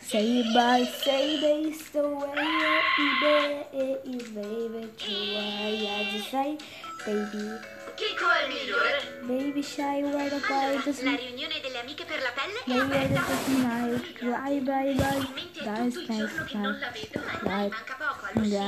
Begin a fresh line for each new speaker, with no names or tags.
Say by say they so way baby to I just say baby
Che col migliore?
baby shy where the boy
Allora,
does
la riunione delle amiche per la pelle è
maybe I
aperta.
just night bye bye bye
Probabilmente è
guys
tutto il
guys
giorno che non
guys
la vedo, ma
Dai.
dai, manca poco all'uscita.
Dai.